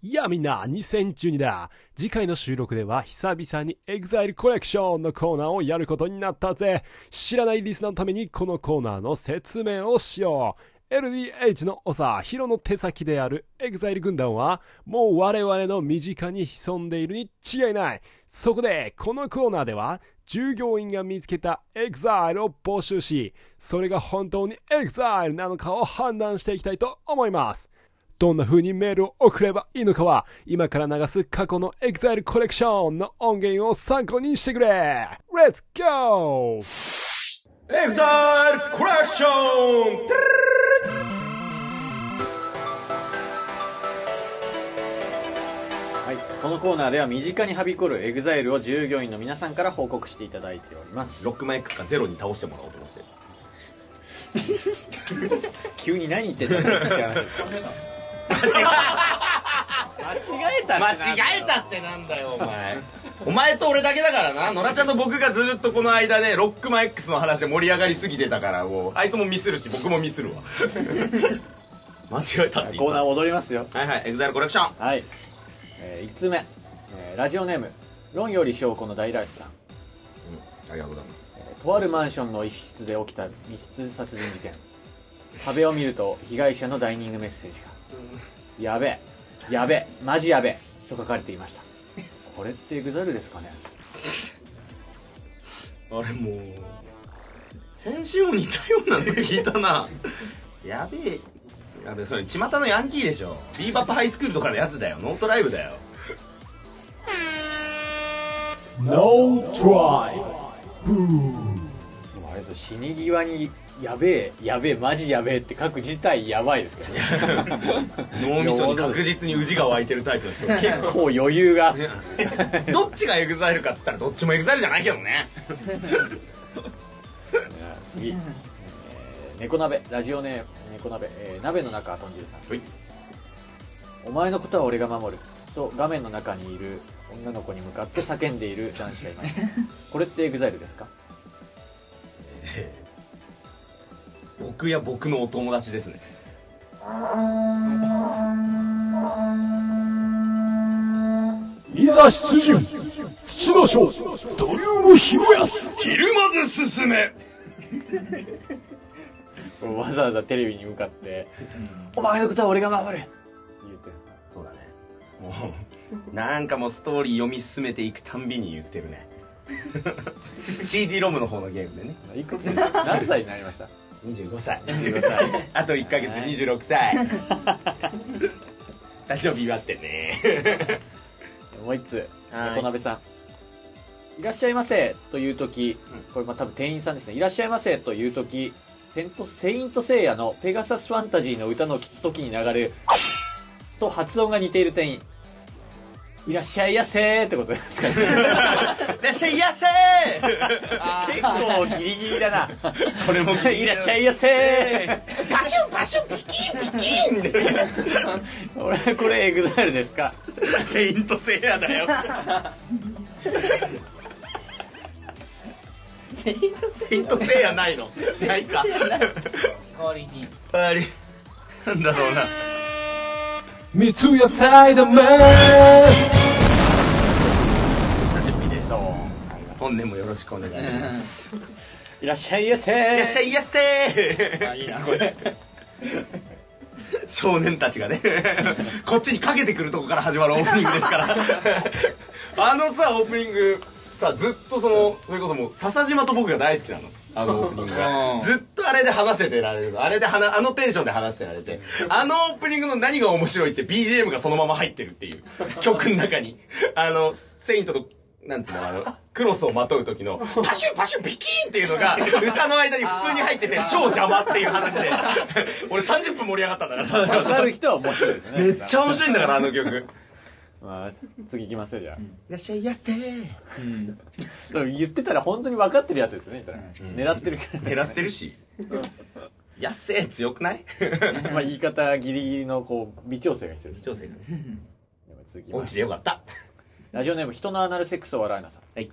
いやみんな、2012だ次回の収録では久々に EXILE コレクションのコーナーをやることになったぜ知らないリスナーのためにこのコーナーの説明をしよう LDH の長、ヒロの手先である EXILE 軍団は、もう我々の身近に潜んでいるに違いないそこで、このコーナーでは、従業員が見つけた EXILE を募集し、それが本当に EXILE なのかを判断していきたいと思いますどんな風にメールを送ればいいのかは、今から流す過去の EXILE コレクションの音源を参考にしてくれ !Let's go! EXILE COLLECTION! はい、このコーナーでは身近にはびこるエグザイルを従業員の皆さんから報告していただいておりますロックマン X がゼロに倒してもらおうと思って急に何言ってたんですか間違えた間ってなんだよ違えたってなんだよお前お前と俺だけだからな野野良良ちゃんと僕がずっとこの間ねロックマン X の話で盛り上がりすぎてたからもうあいつもミスるし僕もミスる わ間違えたって言コっーナー戻りますよたはいはい EXILE コレクションはい、え1つ目、えーラジオネーム論より証拠の大来さん、ありがとうございますえーとあるマンションの一室で起きた密室殺人事件壁を見ると被害者のダイニングメッセージが「やべえやべえマジやべえ」と書かれていましたこれってエグザイルですかねあれもう先週も似たようなの聞いたな やべえやべえそれ巷のヤンキーでしょビーバップハイスクールとかのやつだよノートライブだよ No try! でもあれですよ死に際に「やべえやべえマジやべえ」って書く自体やばいですけどね 脳みそに確実に氏が湧いてるタイプの人 結構こう余裕がどっちがエグザイルかっつったらどっちもエグザイルじゃないけどね次、えー猫鍋ラジオネーム猫鍋、えー鍋の中豚汁さんはいお前のことは俺が守ると画面の中にいる女の子に向かって叫んでいる男子がいましたこれってエグザイルですか僕や僕のお友達ですねいざ出陣土の章、土竜の昼安ひるまず進めわざわざテレビに向かって「お前のことは俺が守る!」って言ってるそうだねもうなんかもうストーリー読み進めていくたんびに言ってるね CD ロムの方のゲームでねいくつ何歳になりました25歳25歳 あと1ヶ月で26歳 誕生日祝ってねもう一つはい小鍋さん「いらっしゃいませ」という時これまあ多分店員さんですね「いらっしゃいませ」という時セントセイント・セイヤの「ペガサス・ファンタジー」の歌の時に流れる「と発音が似ている店員「いらっしゃいやせ」ってことですかねいらっしゃいやせ結構ギリギリだなこれも「 いらっしゃいや せパシュンパシュンピキンピキン」俺これエグザイルですかセイントセイヤだよセイントセセイントセイヤないのないか代わりにあれなんだろうな三ツ矢サイダーマン久しぶりです本年もよろしくお願いしますい「いらっしゃいやせ」らっしゃいやっせーいいなこれ少年たちがねこっちにかけてくるとこから始まるオープニングです からあのさオープニングさずっとそのそれこそもう笹島と僕が大好きなのあのオープニングがずっとあれで話せてられるあれで話あのテンションで話してられてあのオープニングの何が面白いって BGM がそのまま入ってるっていう曲の中にあのセイントとなんつうのあのクロスをまとう時のパシュンパシュンビキーンっていうのが歌の間に普通に入ってて超邪魔っていう話で俺30分盛り上がったんだから笹島わさんかる人は面白いですねめっちゃ面白いんだからあの曲まあ、次行きますよじゃあ、いらっしゃいやせでも言ってたら本当に分かってるやつですね、だから狙ってるから狙ってるしやっせー強くないまあ言い方ギリギリのこう微調整が必要です調整がねでは続き音ま痴しでてよかったラジオネーム人のアナルセックスを笑いなさんはい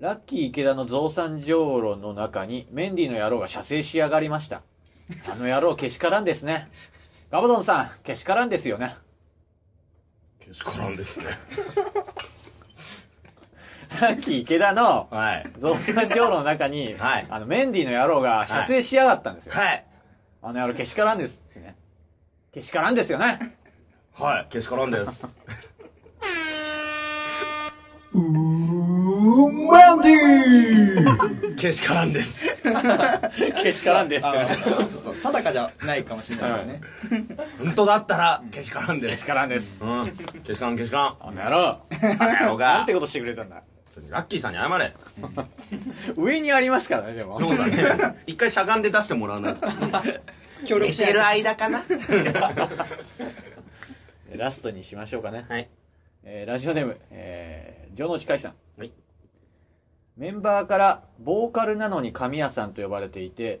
ラッキー池田の増産上路の中にメンディーの野郎が射精しやがりましたあの野郎けしからんですねガバドンさんけしからんですよねけしからんですねさっき池田のはい。増産情報の中に、はいあのメンディーの野郎が射精しやがったんですよ、はい。あの野郎けしからんですってねけしからんですよねはいけしからんですうーマンディーけしからんですけしからんですよねそう定かじゃないかもしれないですよね。本当だったらけしからんでけすしからんですうんけしからんけしからんあの野郎あの野郎なんがてことしてくれたんだラッキーさんに謝れ上にありますからねでもそうだね一回しゃがんで出してもらわないと協力寝しなていとる間かなラストにしましょうかねはいえーラジオネーム、えー、城之内海さん。はいメンバーから、ボーカルなのに神谷さんと呼ばれていて、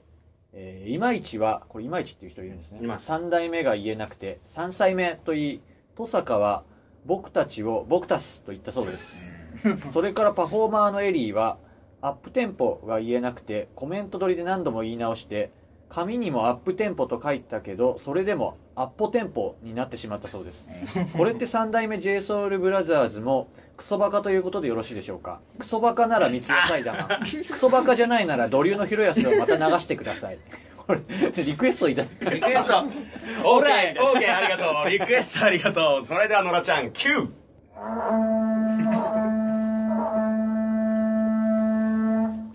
えー、いまいちは、これいまいちっていう人いるんですね。います三代目が言えなくて、三歳目と言い、登坂は、僕たちを、僕たちと言ったそう です。それからパフォーマーのエリーは、アップテンポが言えなくて、コメント取りで何度も言い直して、紙にもアップテンポと書いたけど、それでもアッポテンポになってしまったそうです。これって三代目 JSOULBROTHERS もクソバカということでよろしいでしょうかクソバカなら三ツ矢サイダ ーマンクソバカじゃないならドリューの広安をまた流してくださいこれリクエストいただいてリクエストオーケーオーケーありがとうリクエストありがとうそれでは野良ちゃん Q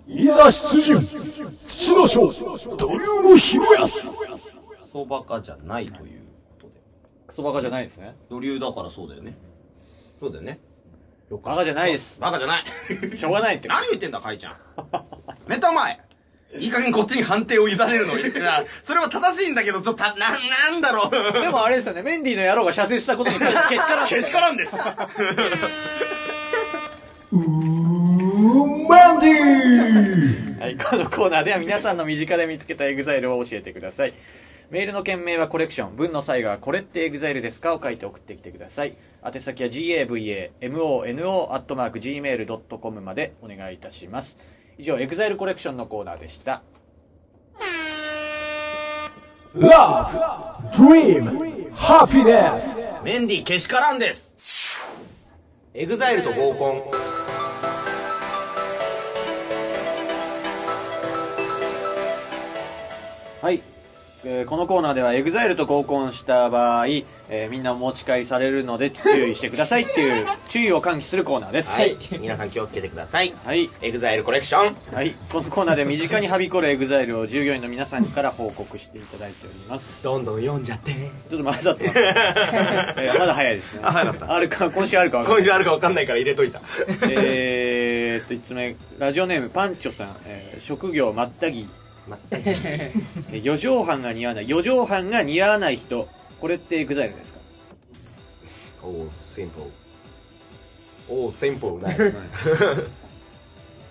いざ出陣土の章土竜の広安クソバカじゃないということでクソバカじゃないですねドリューだからそうだよねそうだよねバカじゃないですバカじゃない しょうがないって何を言ってんだカイちゃんメタお前いい加減こっちに判定を委ねる のいやそれは正しいんだけどちょっとななんだろうでもあれですよねメンディーの野郎が射精したことに関して けしか けしかららんんですはい、このコーナーでは皆さんの身近で見つけたエグザイルを教えてください。メールの件名はコレクション、文の最後はこれってエグザイルですかを書いて送ってきてください。宛先は gavamono.gmail.com までお願いいたします。以上、エグザイルコレクションのコーナーでした。 Love Dream Happiness メンディーけしからんですエグザイルと合コンはい。えーこのコーナーではエグザイルと合コンした場合、えーみんなお持ち帰りされるので注意してくださいっていう注意を喚起するコーナーです。はい皆さん気をつけてくださいはい。エグザイルコレクションはい、このコーナーで身近にはびこるエグザイルを従業員の皆さんから報告していただいております。どんどん読んじゃってちょっとま だってます。えーまだ早いですね。あ早かったあるか、今週あるかわかん今ない。週あるか分かんないから入れといたえーっと、1つ目、ラジオネームパンチョさん、えー職業まったぎ。えー余剰飯が似合わない。余剰飯が似合わない人、これってエグザイ ルですか Oh, simple. Oh, simple. ない。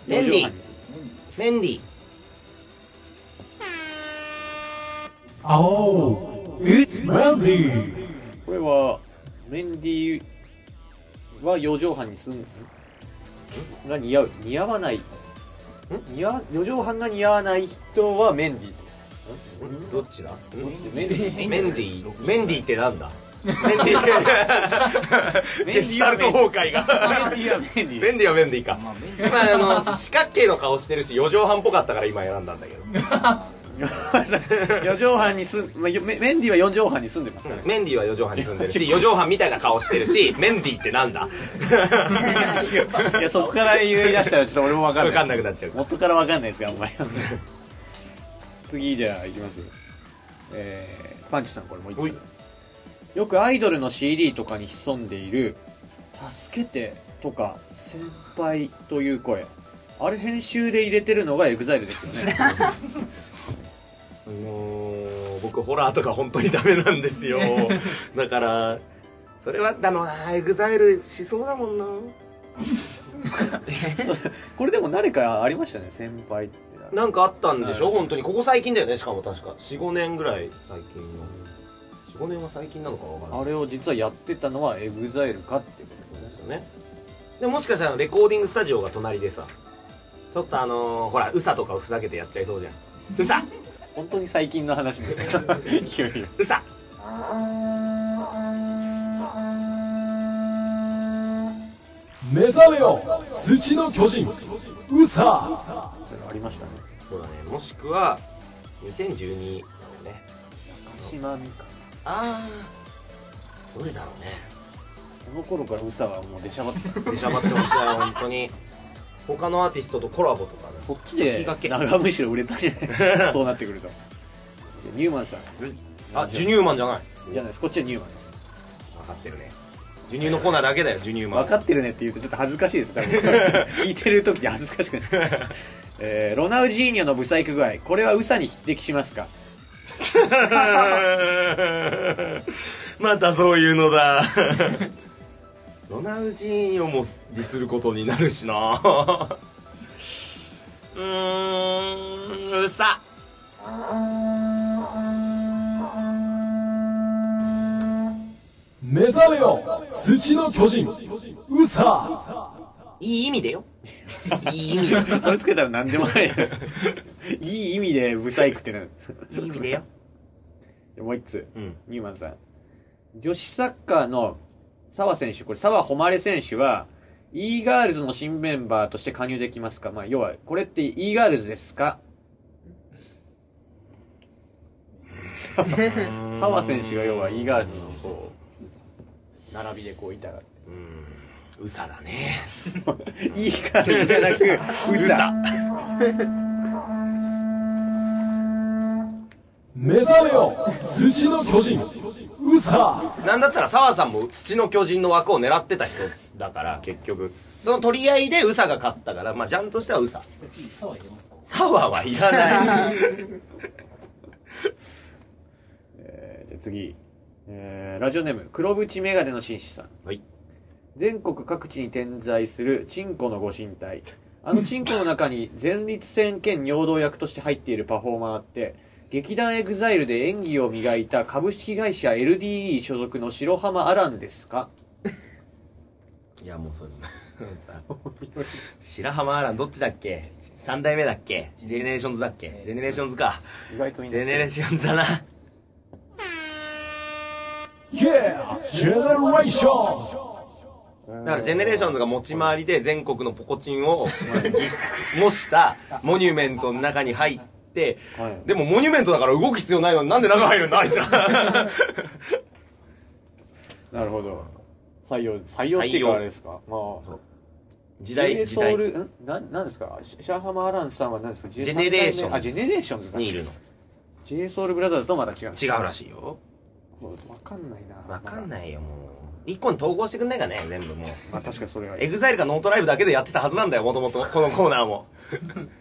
メンディー余剰飯 メンディー。 Oh, it's Mandy これは、メンディーは余剰飯にすん、が似合う。似合わない。似合余剰飯が似合わない人はメンディー。どっちだメンディー。メンディー。メンディーってなんだメンディー。ゲシュタルト崩壊が。メンディーはメンディメー。ンディーはメンディーか。今、あの、四角形の顔してるし、四畳半っぽかったから今選んだんだけど。 余剰飯に住ん、まあ、よメメンディーは四畳半に住んでますからね。メンディーは四畳半に住んでる し、四畳半みたいな顔してるし、メンディーってなんだいや、そこから言い出したらちょっと俺もわかんない。わかんなくなっちゃう。元からわかんないですが、あんまり。次じゃあ、いきます。えー、パンチさん、これもう一つ。よくアイドルの CD とかに潜んでいる、助けてとか、先輩という声。あれ編集で入れてるのがエグザイルですよね。あのー、僕ホラーとか本当にダメなんですよだからそれはあのエグザイルしそうだもんなこれでも誰かありましたね、先輩って。なんかあったんでしょ、はい本当にここ最近だよねしかも確か45年ぐらい最近の45年は最近なのかわからなあいれを実はやってたのはエグザイルかってことですですよねねでももしかしたらレコーディングスタジオが隣でさちょっとあのー、ほらウサとかをふざけてやっちゃいそうじゃんウサ本当に最近の話ですね。いやいやウサ目覚めよ土の巨人ウサありましたねそうだねもしくは2012なのね島みかああどれだろうねこの頃からウサはもう出しゃばってた出しゃばってましたよ本当に他のアーティストとコラボとかねそっちで長むしろ売れたじゃないそうなってくるといやニューマンさんあ授乳マンじゃないじゃないですこっちはニューマンです分かってるね授乳のコーナーだけだよ授乳マン分かってるねって言うとちょっと恥ずかしいです多分聞いてる時に恥ずかしくなる、えーロナウジーニョのブサイク具合これはウサに匹敵しますか またそういうのだロナウジーニョもディスることになるしなうーんうさ目覚めよ土の巨人ウサいい意味 でよいい意味でそれつけたら何でもない いい意味でブサイクってなる いい意味でよもう一つうんニューマンさん。女子サッカーの澤選手、これ澤誉選手は、e ガールズの新メンバーとして加入できますかまあ、要は、これって e ガールズですか澤選手が要は e ガールズのこう、並びでこういたら。うさだね e ガールズじゃなく、うさ。目覚めよ土の巨人ウサなんだったら澤さんも土の巨人の枠を狙ってた人だから結局その取り合いでウサが勝ったからまあジャンとしてはウササワはいらないえーじゃあ次、えーラジオネーム黒縁メガネの紳士さん、はい全国各地に点在するチンコのご神体あのチンコの中 に前立腺兼尿道役として入っているパフォーマーって劇団エグザイルで演技を磨いた株式会社 LDE 所属の白浜アランですかいやもうそれ白浜アランどっちだっけ三代目だっけジェネレーションズだっけジェネレーションズか意外といいんジでェすネレーけションズだな Yeah! Generation! だからジェネレーションズが持ち回りで全国のポコチンをぎし模したモニュメントの中に入ってど、はい、でもモニュメントだから動く必要ないのになんで中入るんだあい つらなるほど採用採用っていう採か用あれですかまあ時ジェネ代レー時ソウ代ルんななんですかシャーハマアランさんは何ですかジェネレーションあジェネレーションズかにいるの j ソ o ルブラザーズとまた違う違うらしいよわかんないなわかんいないよもう一個に統合してくんないかね全部もうまあ確かにそれはエグザイルかノートライブだけでやってたはずなんだよもともとこのコーナー も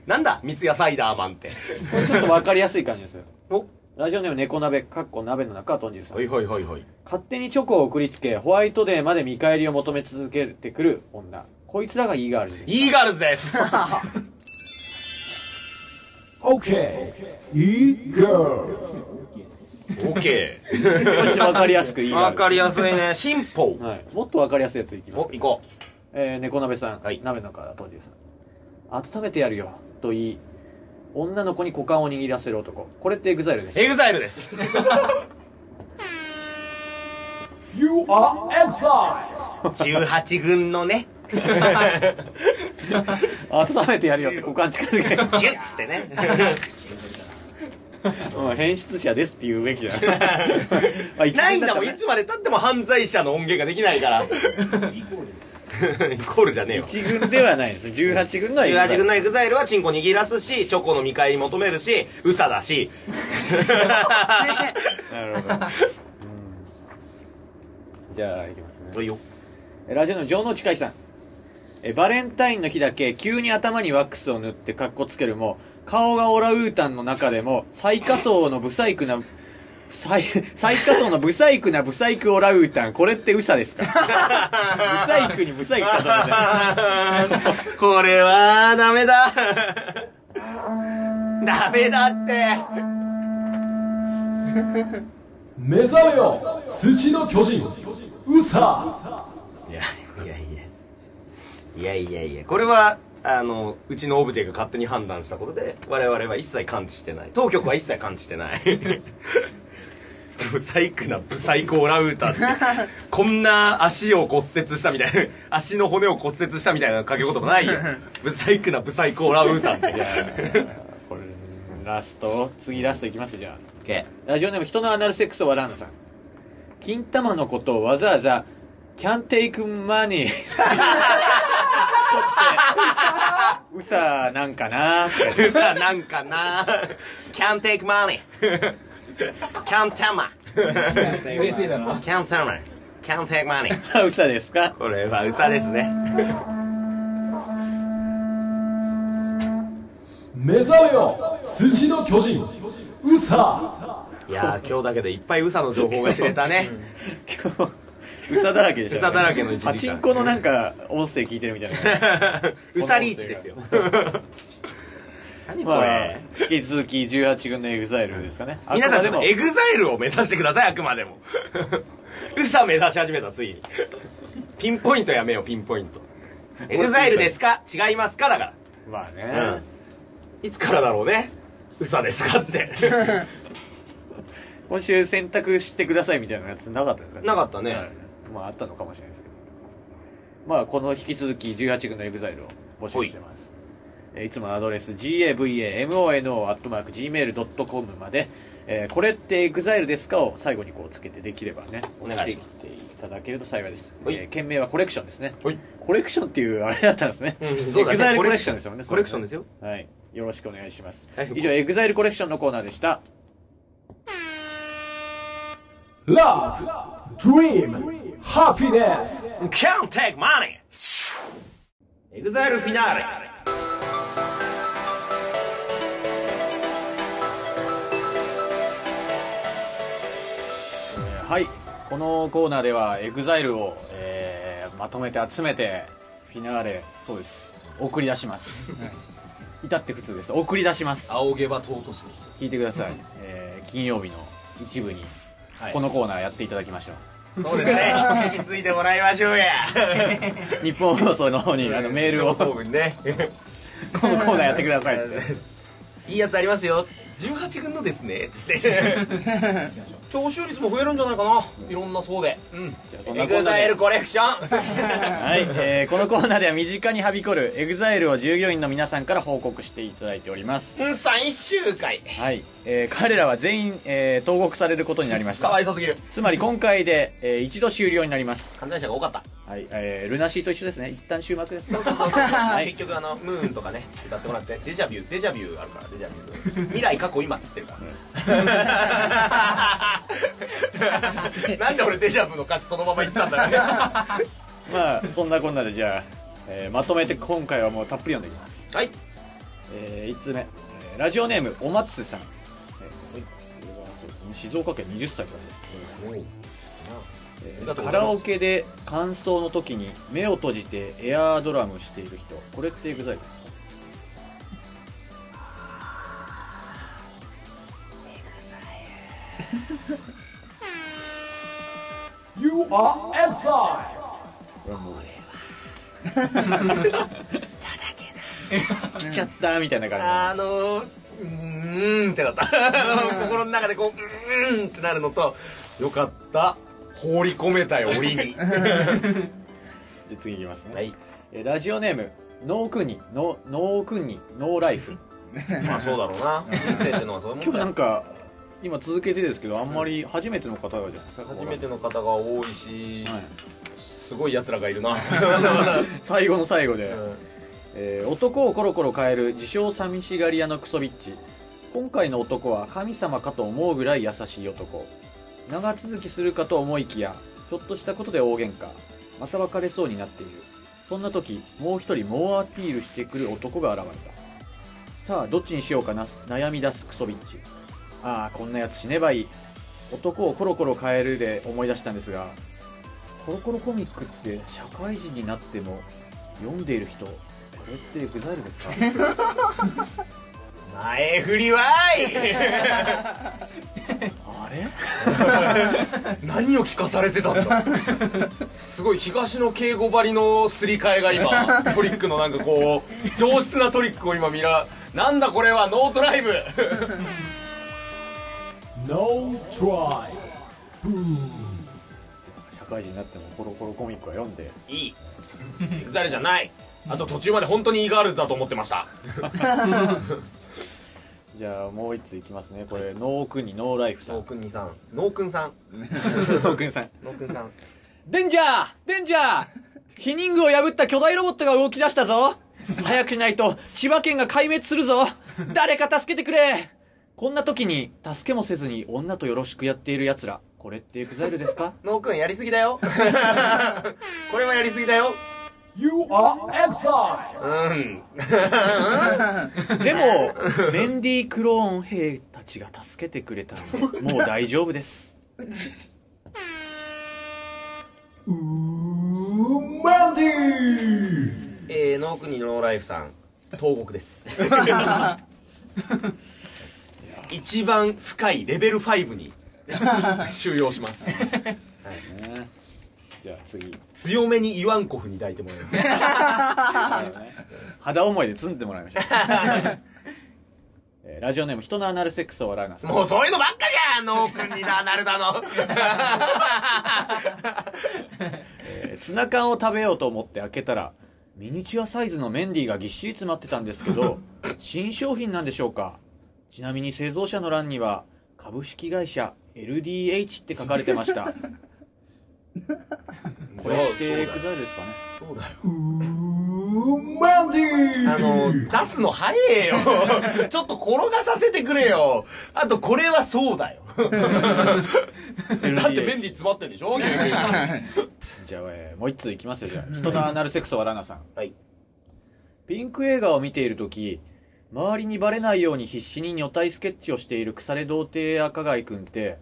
なんだ三ツ矢サイダーマンってこれちょっとわかりやすい感じですよおラジオネーム猫鍋かっこ鍋の中は豚汁さん、はいはいはいはい勝手にチョコを送りつけホワイトデーまで見返りを求め続けてくる女こいつらが E ガールズですイーガールズです OK! E-Girls! オッケよしわかりやす く E ーガーわルズかりやすいね進歩はい、もっとわかりやすいやついきますお行こえー、猫鍋さん、はい鍋の中豚汁さん温めてやるよと言い女の子に股間を握らせる男これってエグザイルですうエグザイルです You are exiled! 18軍のね温めてやるよって股間近づ ギけュッつってね うん変質者ですって言うべきじゃないまあ一 な面いんだもんからいつまでたっても犯罪者の音源ができない からイコールイコールじゃねえわ一軍ではないです18軍のは18軍いのエグザイルはチンコ握らすしチョコの見返り求めるしウサだしなるほ どうんじゃあいきますねいよえラジオの城之内海さんえバレンタインの日だけ急に頭にワックスを塗って格好つけるも顔がオラウータンの中でも最下層のブサイクな最最下層のブサイクなブサイクオラウータンこれってウサですかブサイクにブサイク重ねてこれはダメだダメだって目覚めよ土の巨人ウサいやいやいやいやいやいやこれはあのうちのオブジェが勝手に判断したことで我々は一切感知してない当局は一切感知してないブサイクなブサイクオランウータンってこんな足を骨折したみたいな足の骨を骨折したみたいな掛け言葉ないよブサイクなブサイクオランウータン ってこれラスト次ラストいきますじゃあ OK ラジオネーム人のアナルセックスを笑うのさん金玉のことをわざわざ「can take money」とってうさなんかな ってさあなんかな Can't take money Can't tell me USA だな Can't tell me Can't take money うさですかこれはウサですね目覚めよ筋の巨人ウサいやー今日だけでいっぱいウサの情報が知れたね今日うさだらけでしょウサだらけの一時間パチンコのなんか音声聞いてるみたいな ウサリーチですよ何こまあれ、引き続き18軍のエグザイルですかね。皆さんあちくょっまとでエもグザイルを目指してくださいあくまでもウサ目指し始めたついにピンポイントやめようピンポイントエグザイルですか違いますかだかまあら、ね。いつからだろうねウサですかって今週選択してくださいみたいなやつなかったですかね。なかったねはいまああったのかもしれないですけど。まあこの引き続き18軍のエグザイルを募集してます。えーいつものアドレス gavamo.gmail.com まで、えーこれってエグザイルですかを最後にこうつけてできればね、お願いします送ってきていただけると幸いです。はいえー件名はコレクションですね。はいコレクションっていうあれだったんですね。うんそうだねエグザイルコレクションですよね。コレクションですよはい。よろしくお願いします。はい以上、エグザイルコレクションのコーナーでした。 Love Dream Happiness Can't take money! エグザイルフィナーレはい。このコーナーでは、エグザイルを、えーまとめて集めて、フィナーレ、そうです。送り出します。至って普通です。送り出します。青毛は尊し聞いてください。えー金曜日の一部に、このコーナーやっていただきましょう。そうですね引き継いでもらいましょうや日本放送の方に、あの、メールを、こ上層部にねのコーナーやってくださいって。 いいやつありますよ18軍のですねつって聴取率も増えるんじゃないかないろんな層でじゃあそんなエコーグナーザイでルコレクション はい、えーこのコーナーでは身近にはびこる EXILE を従業員の皆さんから報告していただいておりますうん最終回はい、えー彼らは全員、えー投獄されることになりましかわたいそうすぎるつまり今回で、えー一度終了になります犯罪者が多かったはい、えールナシーと一緒ですね一旦終幕ですはい結局あのムーンとかね歌ってもらってデジャビューデジャビューあるからデジャビュー未来過去今っつってるから なんで俺デジャブの歌詞そのまま言ったんだろうね まあそんなこんなでじゃあ、えーまとめて今回はもうたっぷり読んでいきますはいえー、1つ目、えーラジオネームお松さん、えーはいこれはそうですね静岡県20歳からですえりーがとうございますカラオケで感想の時に目を閉じてエアードラムしている人これってエグザイルですか来ちゃったみたいな感あのうーんってなった心の中でこううーんってなるのとよかった放り込めたよ檻に じで次いきますね、はいえーラジオネームノークニノノークニノーライフまあそうだろうな人生ってのはそういうもんだ今日なよんか今続けてですけどあんまり初めての方がじゃないですか初めての方が多いし、はいすごい奴らがい るな 最後の最後うで、んえー男をコロコロ変える自称寂しがり屋のクソビッチ今回の男は神様かと思うぐらい優しい男長続きするかと思いきやちょっとしたことで大喧嘩また別れそうになっているそんな時もう一人猛アピールしてくる男が現れたさあどっちにしようかな悩み出すクソビッチああこんなやつ死ねばいい男をコロコロ変えるで思い出したんですがコロコロコミックって社会人になっても読んでいる人これってエグザイルですか前振りはあれい 何を聞かされてたんだすごい東の敬語張りのすり替えが 今トリックのなんかこう上質なトリックを今見らなんだこれはノートライブ No Try 社会人になってもコロコロコミックは読んで いい EXILE じゃないあと途中まで本当に e ガールズだと思ってましたじゃあもう一ついきますねこれノークにノーライフさんくんにさんノーくんさんノークにさんノーくんさんデンジャーデンジャーヒニングを破った巨大ロボットが動き出した ぞ早くしないと千葉県が壊滅するぞ誰か助けてくれこんな時に助けもせずに女とよろしくやっている奴らこれってエグザイルですかノーくんやりすぎだ よこれはやりすぎだよ You are EXILE うんでもメンディークローン兵たちが助けてくれたのでもう大丈夫ですえー、ノークニノーライフさん東国です 一番深いレベル5に収容しますじゃあ次強めにイワンコフに抱いてもらいます肌思いで積んでもらいましょうえーラジオネーム人のアナルセックスを笑うなさんもうそういうのばっかじゃんノーくんにだなるだのえーツナ缶を食べようと思って開けたらミニチュアサイズのメンディーがぎっしり詰まってたんですけど新商品なんでしょうかちなみに製造者の欄には株式会社 LDH って書かれてましたこれってエグザイルですかねそうだよあの出すの早えよちょっと転がさせてくれよあとこれはそうだ よだってメンディー LDH 詰まってるでしょ牛乳じゃあ、えーもう一通いきますよじゃあ人のアナルセックスはラナさんはいピンク映画を見ている時周りにバレないように必死に女体スケッチをしている腐れ童貞赤貝くんって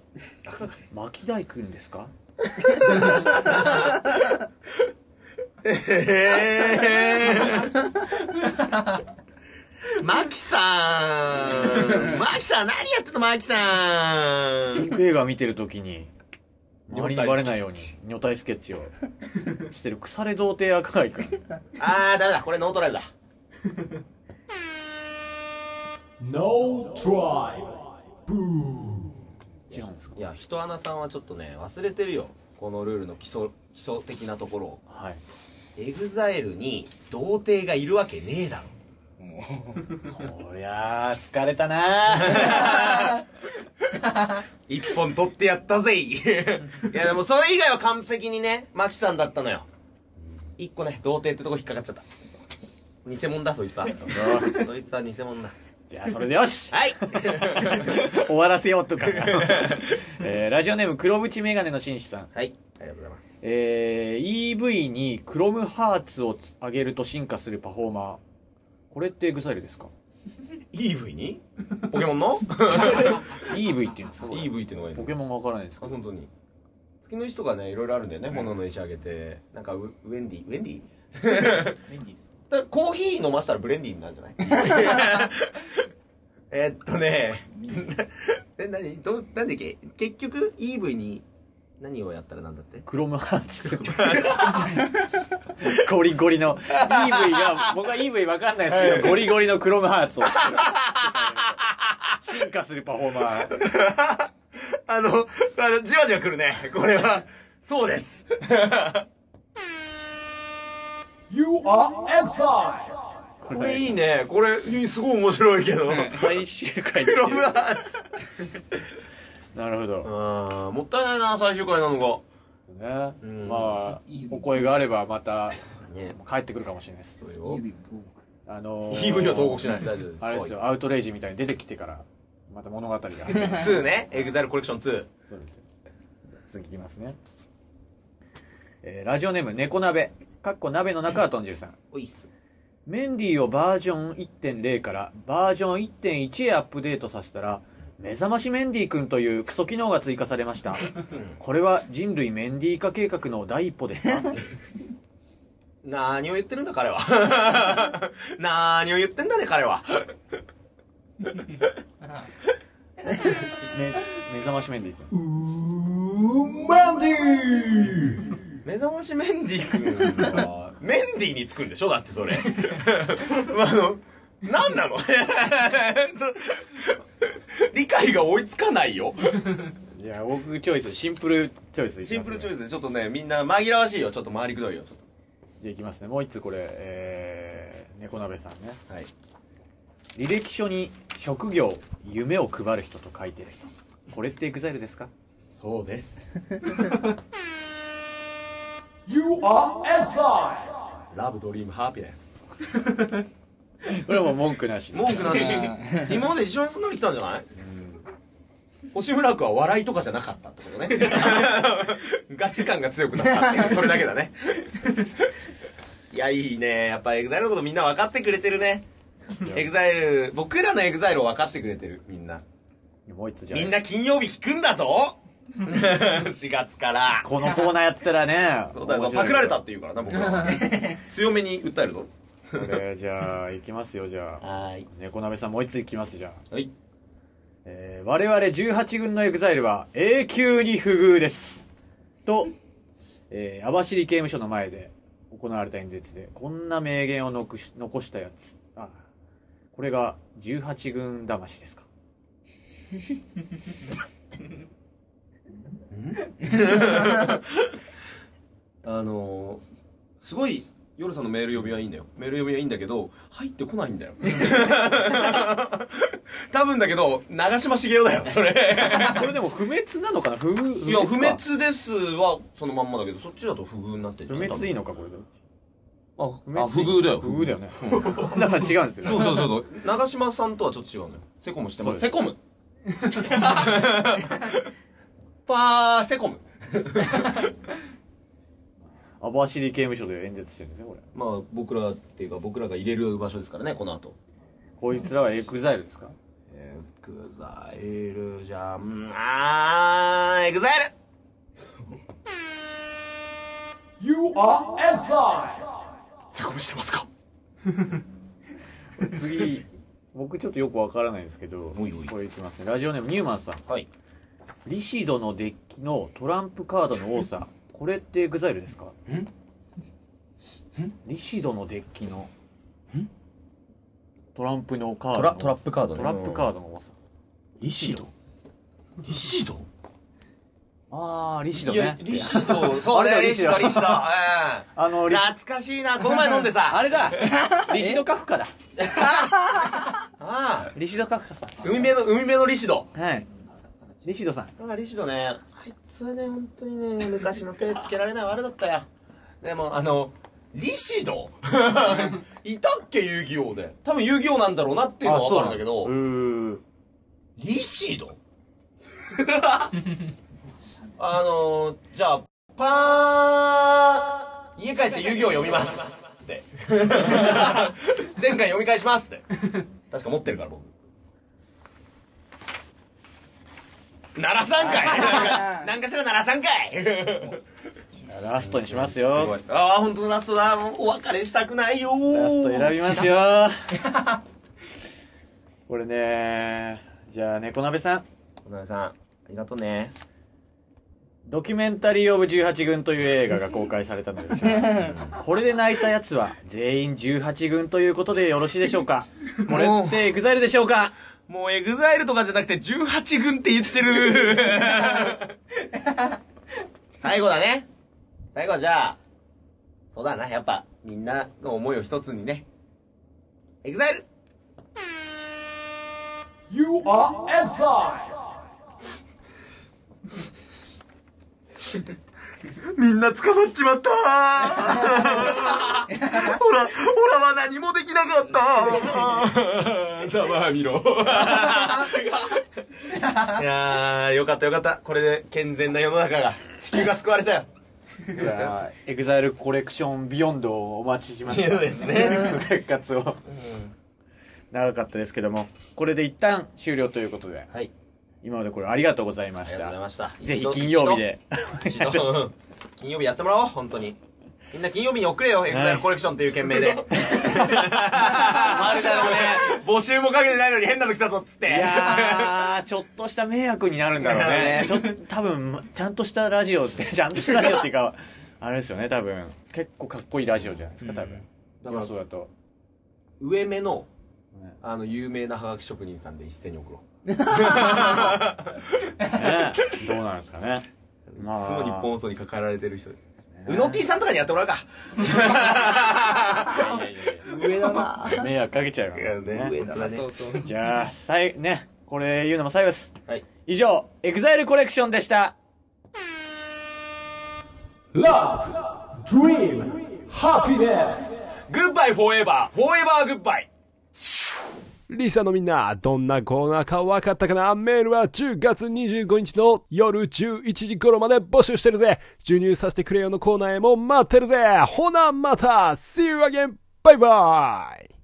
巻貝くんですかえー、 マキさんマキさん何やってんのマキさピンんク映画を見てるときに、周りにバレないように、女体スケッチをしてる腐れ童貞赤貝くん。あーダメだこれノートライブだ違うんですかいや人穴さんはちょっとね忘れてるよこのルールの基礎基礎的なところをはい。エグザイルに童貞がいるわけねえだろこりゃあ、疲れたな 一本取ってやったぜ いやでもそれ以外は完璧にねマキさんだったのよ一個ね童貞ってとこ引っかかっちゃった偽物だそいつはそいつは偽物だじゃあ、それでよし はい終わらせよう とか。えーラジオネーム、黒縁メガネの紳士さん。はいありがとうございますえー EV にクロムハーツを上げると進化するパフォーマー。これってエグザイルですか EV にポケモンの ?EV っていうんですか ?EV ってのがいいポのケモンがわからないですあか本当に月の石とかねいろいろあるんだよね炎の石あげてなんかウウェンディ ウェンディだからコーヒー飲ませたらブレンディーになるんじゃない えっとねえ何どうなんだっけ結局 EV に何をやったらなんだってクロムハーツ。ゴリゴリの EV が、僕は EV わかんないですけど、ゴリゴリのクロムハーツを作る。進化するパフォーマー。あのあのじわじわ来るねこれはそうですここれいいね これすごい面白いけど最終回っていうロムハーツなるほど。うんもったいないな最終回なのがねうんまあ、お声があればまたね帰ってくるかもしれないです。そうよあのー EV は投獄しない大丈夫あれですよ、アウトレイジみたいに出てきてから、また物語が。 2ねエグザイルコレクション2 そうですよ次いきますね。えーラジオネーム、猫鍋。かっこ鍋の中は豚汁さん。おいっすメンディーをバージョン1.0からバージョン1.1へアップデートさせたら、目覚ましメンディー君というクソ機能が追加されました。 これは人類メンディー化計画の第一歩です か何を言ってるんだ彼は 何を言ってんだね彼はめ目覚ましメンディー君。目覚ましメンディー君はメンディーにつくんでしょだってそれ まああの 何なの理解が追いつかないよじゃあ僕チョイスシンプルチョイスいきます、ね、シンプルチョイイスでちょっとねみんな紛らわしいよちょっと回りくどいよちょっスじゃあいきますねもう一つこれえー、猫鍋さんねとはい履歴書に職業夢を配る人と書いてる人これってエグザイルですかそうです You are exile ラブドリームハピネスこれはもう文句なしで文句なし今まで一緒にそんなの来たんじゃない星村区は笑いとかじゃなかったってこと ねガチ感が強くなったっていうそれだけだねいや、いいね。やっぱエグザイルのことみんな分かってくれてるね。エグザイル僕らのエグザイルを分かってくれてるみんなもう一つじゃあみんな金曜日聞くんだぞ !4 月から。このコーナーやったら ねそうだよ面白いパクられたって言うからな、僕 は。強めに訴えるぞ。これじゃあいきますよじゃあはーい。猫鍋さんもう一ついきますじゃあはいえー我々18軍のエグザイルは永久に不遇ですと、えー網走刑務所の前で行われた演説でこんな名言を残し残したやつあこれが18軍魂ですかあのー、すごい夜さんのメール呼びはいいんだよメール呼びはいいんだけど入ってこない んだよ多分だけど長嶋茂雄だよそ れこれでも不滅なのかな不いいや、不滅ですはそのまんまだけど、そっちだと不遇になってる不滅いいのかこれであ、不滅遇だよ。不遇だよね だから違うんですよそうそうそうそう。 長島さんとはちょっと違うのよ。セコムしてます。セコム パーセコム。網走刑務所で演説してるんですねこれまあ、僕らっていうか、僕らが入れる場所ですからね、この後。こいつらはエグザイルですかエグザイルじゃん。あー、エグザイルセコムしてますか次僕ちょっとよくわからないですけどおいおいこれいきますねラジオネームニューマンさんはいリシドのデッキのトランプカードの多さこれってエグザイルですかリシドのデッキのトランプのカードの多さトラトラップカードねトラップカードの多さリシドリシドああリシドいやね、リシド、そうね、リシド、リシド。うあのんリ懐かしいな、この前飲んでさ。あれ だリシドカフカだああリシドカフカさん海辺の、海辺のリシド。はいリシドさんだからリシドね、あいつはね、本当にね、昔の手つけら れない悪だったよ。でも、あの、リシド いたっけ遊戯王で。多分遊戯王なんだろうなっていうのはわかるんだけうど、ーんリシド あのじゃあ、パーン家帰って遊戯王読みますって。 前回読み返しますって。確か持ってるから僕。奈良さん かいなんかしら奈良さんかいラストにしますすごよいああ、本当のラストだ。もうお別れしたくないよーラスト選びますよ これねじゃあ猫鍋さん小沢さん、ありがとうね。ドキュメンタリー・オブ18軍という映画が公開されたのです が、これで泣いたやつは全員18軍ということでよろしいでしょう かこれってエグザイルでしょうかもうエグザイルとかじゃなくて18軍って言ってる。 最後だね。最後はじゃあ、そうだな、やっぱみんなの思いを一つにね。エグザイル !You are exile! みんな捕まっちま ったほら、ほらは何もできなかったざまあみろ いやー、よかったよかった。これで健全な世の中が、地球が救われたよ。じゃあ、エグザイルコレクションビヨンドをお待ちしまいすやですね復活を。長かったですけども、これで一旦終了ということで、はい。今までこれありがとうございまあしりがとうございた。ました。ぜひ一度金曜日で。一度、一度 うん金曜日やってもらおう、本当に。みんな金曜日に送れよ、エグザイルコレクションっていう件名で。あるだろうね。募集もかけてないのに変なの来たぞっつって。 いやー、ちょっとした迷惑になるんだろうね。ちょっと、多分、ちゃんとしたラジオって、 ちゃんとしたラジオっていうか、あれですよね、多分。結構かっこいいラジオじゃないですか、多分。だだかから らそうだと。上目のね、あの、有名なハガキ職人さんで一斉に送ろう。ねどうなんですかね。まつも日本放送に抱えられてる人うの T さんとかにやってもらうか。上だな迷惑かけちゃうから上ね。だな、そうそう。じゃあ、最、ね、これ言うのも最後です。はい。以上、エグザイルコレクションでした。 Love, Dream, Happiness グッバイフォーエバーフォーエバーグッバイリサのみんな、どんなコーナーか分かったかなメールは10月25日の夜11時頃まで募集してるぜ授乳させてくれよのコーナーへも待ってるぜほな、また !See you again! バイバイ